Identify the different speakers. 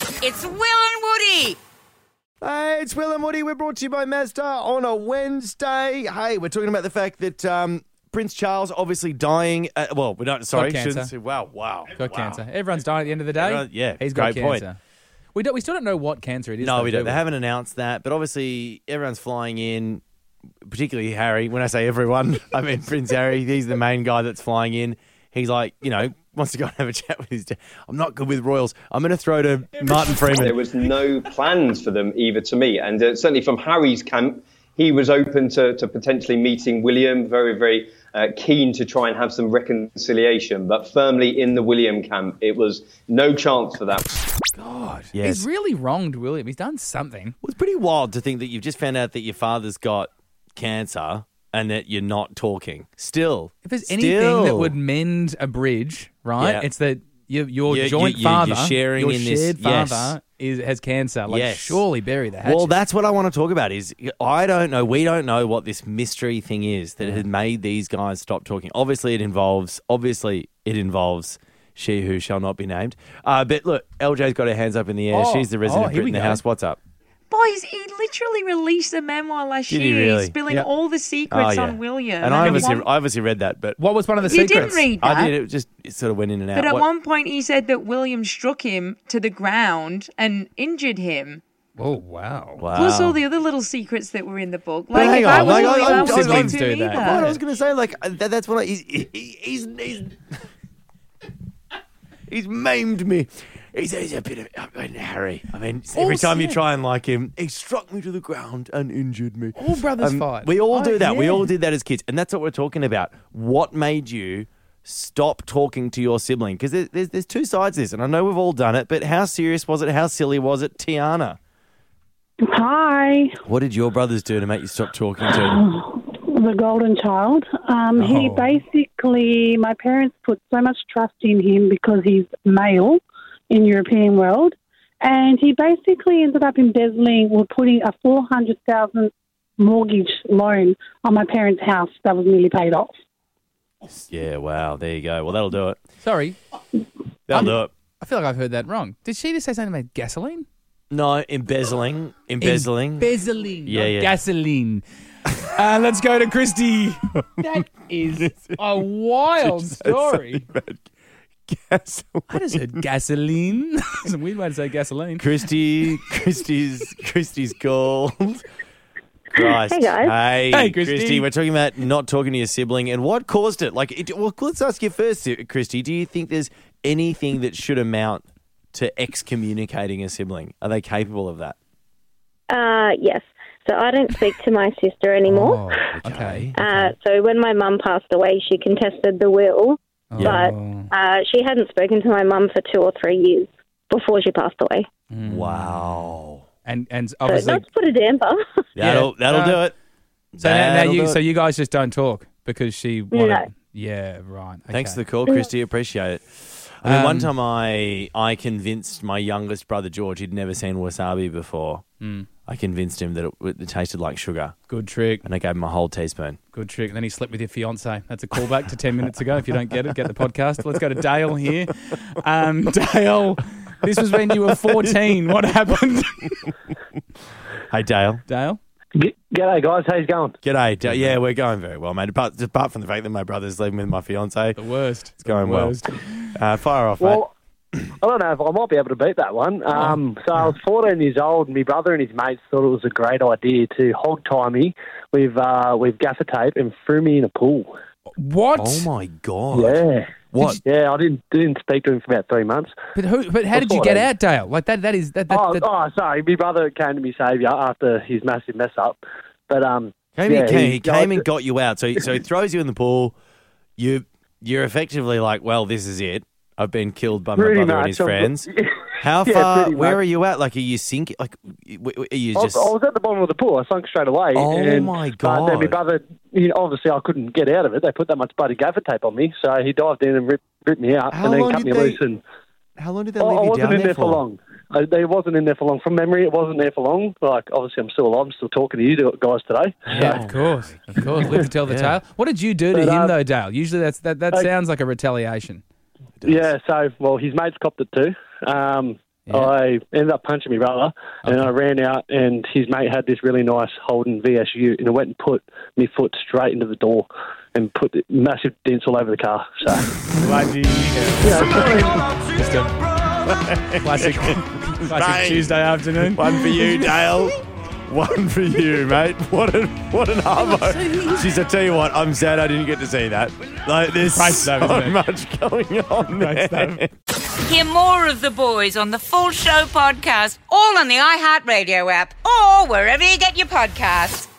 Speaker 1: It's Will and Woody.
Speaker 2: Hey, Uh, it's Will and Woody. We're brought to you by Mazda on a Wednesday. Hey, we're talking about the fact that um, Prince Charles obviously dying. Uh, well, we don't. Sorry,
Speaker 3: Got cancer.
Speaker 2: shouldn't say. Wow, wow.
Speaker 3: Got
Speaker 2: wow.
Speaker 3: cancer. Everyone's dying at the end of the day.
Speaker 2: Everyone- yeah,
Speaker 3: he's got
Speaker 2: great point.
Speaker 3: cancer. We don't. We still don't know what cancer it is.
Speaker 2: No,
Speaker 3: though,
Speaker 2: we
Speaker 3: do
Speaker 2: don't. They haven't announced that, but obviously everyone's flying in, particularly Harry. When I say everyone, I mean Prince Harry. He's the main guy that's flying in. He's like, you know, wants to go and have a chat with his. Dad. I'm not good with royals. I'm going to throw to Martin
Speaker 4: There
Speaker 2: Freeman.
Speaker 4: was no plans for them either to meet. And uh, certainly from Harry's camp, he was open to, to potentially meeting William, very, very uh, keen to try and have some reconciliation. But firmly in the William camp, it was no chance for that.
Speaker 2: Yes,
Speaker 3: He's really wronged William. He's done something.
Speaker 2: Well, it's pretty wild to think that you've just found out that your father's got cancer and that you're not talking. Still,
Speaker 3: If there's anything that would mend a bridge, right?
Speaker 2: Yeah.
Speaker 3: It's that your, your
Speaker 2: You- you-
Speaker 3: joint
Speaker 2: you- you're
Speaker 3: father,
Speaker 2: sharing
Speaker 3: your
Speaker 2: in this-
Speaker 3: shared
Speaker 2: yes.
Speaker 3: father, is, has cancer. Like,
Speaker 2: Yes.
Speaker 3: surely bury the hatchet.
Speaker 2: Well, that's what I want to talk about. Is I don't know. We don't know what this mystery thing is that has made these guys stop talking. Obviously, it involves. Obviously, it involves she who shall not be named. Uh, but look, LJ's got her hands up in the air.
Speaker 3: Oh,
Speaker 2: She's the resident
Speaker 3: oh, here
Speaker 2: Brit
Speaker 3: we
Speaker 2: in the
Speaker 3: go.
Speaker 2: house. What's up?
Speaker 5: Boys, he literally released a memoir last
Speaker 2: Did he
Speaker 5: year,
Speaker 2: really?
Speaker 5: spilling
Speaker 2: Yeah.
Speaker 5: all the secrets on William.
Speaker 2: And I
Speaker 5: at
Speaker 2: obviously,
Speaker 5: Uh, one-
Speaker 2: I obviously read that, but
Speaker 3: what was one of the
Speaker 5: you
Speaker 3: secrets?
Speaker 5: didn't read that.
Speaker 2: I did. It just it sort of went in and out.
Speaker 5: But at
Speaker 2: What-
Speaker 5: one point, he said that William struck him to the ground and injured him.
Speaker 3: Oh wow.
Speaker 2: wow.
Speaker 5: Plus all the other little secrets that were in the book. Like
Speaker 2: hang
Speaker 5: if I
Speaker 2: on,
Speaker 5: was
Speaker 2: like,
Speaker 5: William,
Speaker 2: I-
Speaker 5: I,
Speaker 2: I-
Speaker 5: wouldn't
Speaker 2: siblings
Speaker 5: do
Speaker 3: do
Speaker 5: it
Speaker 3: that.
Speaker 5: either.
Speaker 2: Well, I was going to say, like uh, that, that's what I, he's, he, he's he's he's maimed me. He's, he's a bit of I mean, Harry. I mean, every time you
Speaker 3: yeah.
Speaker 2: try and like him, he struck me to the ground and injured me. Um,
Speaker 3: All brothers fight.
Speaker 2: We all
Speaker 3: Oh,
Speaker 2: do that. We
Speaker 3: yeah.
Speaker 2: all did that as kids, and that's what we're talking about. What made you? Stop talking to your sibling because there, there's there's two sides to this, and I know we've all done it. But how serious was it? How silly was it, Tiana?
Speaker 6: Hi,
Speaker 2: What did your brothers do to make you stop talking to them?
Speaker 6: the golden child. Um, He
Speaker 3: Oh.
Speaker 6: basically, my parents put so much trust in him because he's male in European world, and he basically ended up embezzling or putting a four hundred thousand mortgage loan on my parents' house that was nearly paid off.
Speaker 2: Yeah, wow. There you go. Well, that'll do it.
Speaker 3: Sorry,
Speaker 2: That'll
Speaker 3: Um,
Speaker 2: do it.
Speaker 3: I feel like I've heard that wrong. Did she just say something about gasoline?
Speaker 2: No, embezzling. Embezzling.
Speaker 3: Embezzling.
Speaker 2: Yeah,
Speaker 3: not
Speaker 2: yeah.
Speaker 3: Gasoline. uh, let's go to Christy. That is a wild story. I just heard gasoline. it's a weird way to say gasoline.
Speaker 2: Christy, Christy's, Christy's gold. Christ.
Speaker 7: Hey, guys.
Speaker 2: Hey,
Speaker 3: Hey,
Speaker 2: Christy.
Speaker 3: Christy.
Speaker 2: We're talking about not talking to your sibling and what caused it. Like, it, well, let's ask you first, Christy. Do you think there's anything that should amount to excommunicating a sibling? Are they capable of that?
Speaker 7: Uh, yes. So I don't speak to my sister anymore.
Speaker 3: Oh, okay.
Speaker 7: Uh, so when my mum passed away, she contested the will, but
Speaker 3: Oh.
Speaker 7: uh, she hadn't spoken to my mum for two or three years before she passed away.
Speaker 3: Hmm.
Speaker 2: Wow.
Speaker 3: And and
Speaker 7: So
Speaker 3: obviously,
Speaker 7: that's put a damper.
Speaker 2: That'll that'll
Speaker 3: uh,
Speaker 2: do it.
Speaker 3: so now, now
Speaker 2: That'll do
Speaker 3: you
Speaker 2: it.
Speaker 3: so you guys just don't talk because she wanted.
Speaker 7: No.
Speaker 3: Yeah, right. Okay. Um,
Speaker 2: Thanks for the call, Christy. Appreciate it. I mean, one time I I convinced my youngest brother George he'd never seen wasabi before.
Speaker 3: Hmm.
Speaker 2: Mm. I convinced him that it, w- it tasted like sugar,
Speaker 3: good trick.
Speaker 2: and I gave him a whole teaspoon.
Speaker 3: Good trick. Then he slept with your fiance. That's a callback to 10 minutes ago. If you don't get it, get the podcast. Let's go to Dale here. Um, Dale, this was when you were 14. What happened?
Speaker 2: Hey Dale,
Speaker 3: Dale?
Speaker 8: G- G'day, guys. How's it going?
Speaker 2: g'day. Dale. Yeah, we're going very well, mate. Apart apart from the fact that my brother's living with my fiance,
Speaker 3: The worst. It's
Speaker 2: going well. uh, fire off, mate.
Speaker 8: Well, I don't know if I might be able to beat that
Speaker 2: Oh,
Speaker 8: one. Um, so I was 14 years old, and my brother and his mates thought it was a great idea to hog tie me with uh, with gaffer tape and threw me in a pool.
Speaker 3: What?
Speaker 2: Oh my god!
Speaker 8: Yeah,
Speaker 2: What?
Speaker 8: yeah. I didn't didn't speak to him for about three months.
Speaker 3: But who? But how did you get out, Dale? Like that? That is that. that,
Speaker 8: oh,
Speaker 3: that
Speaker 8: oh, sorry. My brother came to me saviour after his massive mess up, but um,
Speaker 2: Came,
Speaker 8: yeah,
Speaker 2: he, came, he
Speaker 8: I-
Speaker 2: came and got you out. So he- so he throws you in the pool. You you're effectively like, well, this is it. I've been killed by my
Speaker 8: pretty
Speaker 2: brother and
Speaker 8: much,
Speaker 2: his
Speaker 8: I'm-
Speaker 2: friends. How
Speaker 8: Yeah,
Speaker 2: far?
Speaker 8: pretty
Speaker 2: Where
Speaker 8: much.
Speaker 2: are you at? Like, are you sinking? Like, w- w- are you
Speaker 8: I
Speaker 2: just?
Speaker 8: was, I was at the bottom of the pool. I sunk straight away.
Speaker 2: Oh,
Speaker 8: and,
Speaker 2: my
Speaker 8: But then my
Speaker 2: God.
Speaker 8: brother, you know, obviously, I couldn't get out of it. They put that much bloody gaffer tape on me, so he dived in and ripped, ripped me out,
Speaker 2: How
Speaker 8: and
Speaker 2: long
Speaker 8: then cut
Speaker 2: did
Speaker 8: me
Speaker 2: they
Speaker 8: loose. And
Speaker 2: how long did they
Speaker 8: I,
Speaker 2: leave
Speaker 8: I
Speaker 2: you
Speaker 8: wasn't
Speaker 2: down
Speaker 8: in there for long. I, they wasn't in there for long. From memory, it wasn't there for long. Like obviously, I'm still alive. I'm still talking to you guys today.
Speaker 3: yeah, of course, of course. Live to tell the
Speaker 2: Yeah.
Speaker 3: tale. What did you do to
Speaker 8: But,
Speaker 3: him
Speaker 8: uh,
Speaker 3: though, Dale? Usually that's that. That
Speaker 8: I-
Speaker 3: sounds like a retaliation.
Speaker 8: Yeah. So well, his mates copped it too. Um, I ended up punching my brother, and I ran out, and his mate had this really nice Holden VSU, and I went and put my foot straight into the door, and put the massive dents all over the car. So
Speaker 3: Bloody Just a classic,
Speaker 2: Bang.
Speaker 3: classic Tuesday afternoon.
Speaker 2: One for you, Dale. One for you, mate. What an what an arvo. She's I tell you what, I'm sad I didn't get to see that. Like there's
Speaker 3: Great
Speaker 2: so
Speaker 3: stuff, isn't it?
Speaker 2: much going on
Speaker 3: Great
Speaker 2: there.
Speaker 3: stuff.
Speaker 1: Hear more of the boys on the Full Show podcast, all on the iHeartRadio app or wherever you get your podcasts.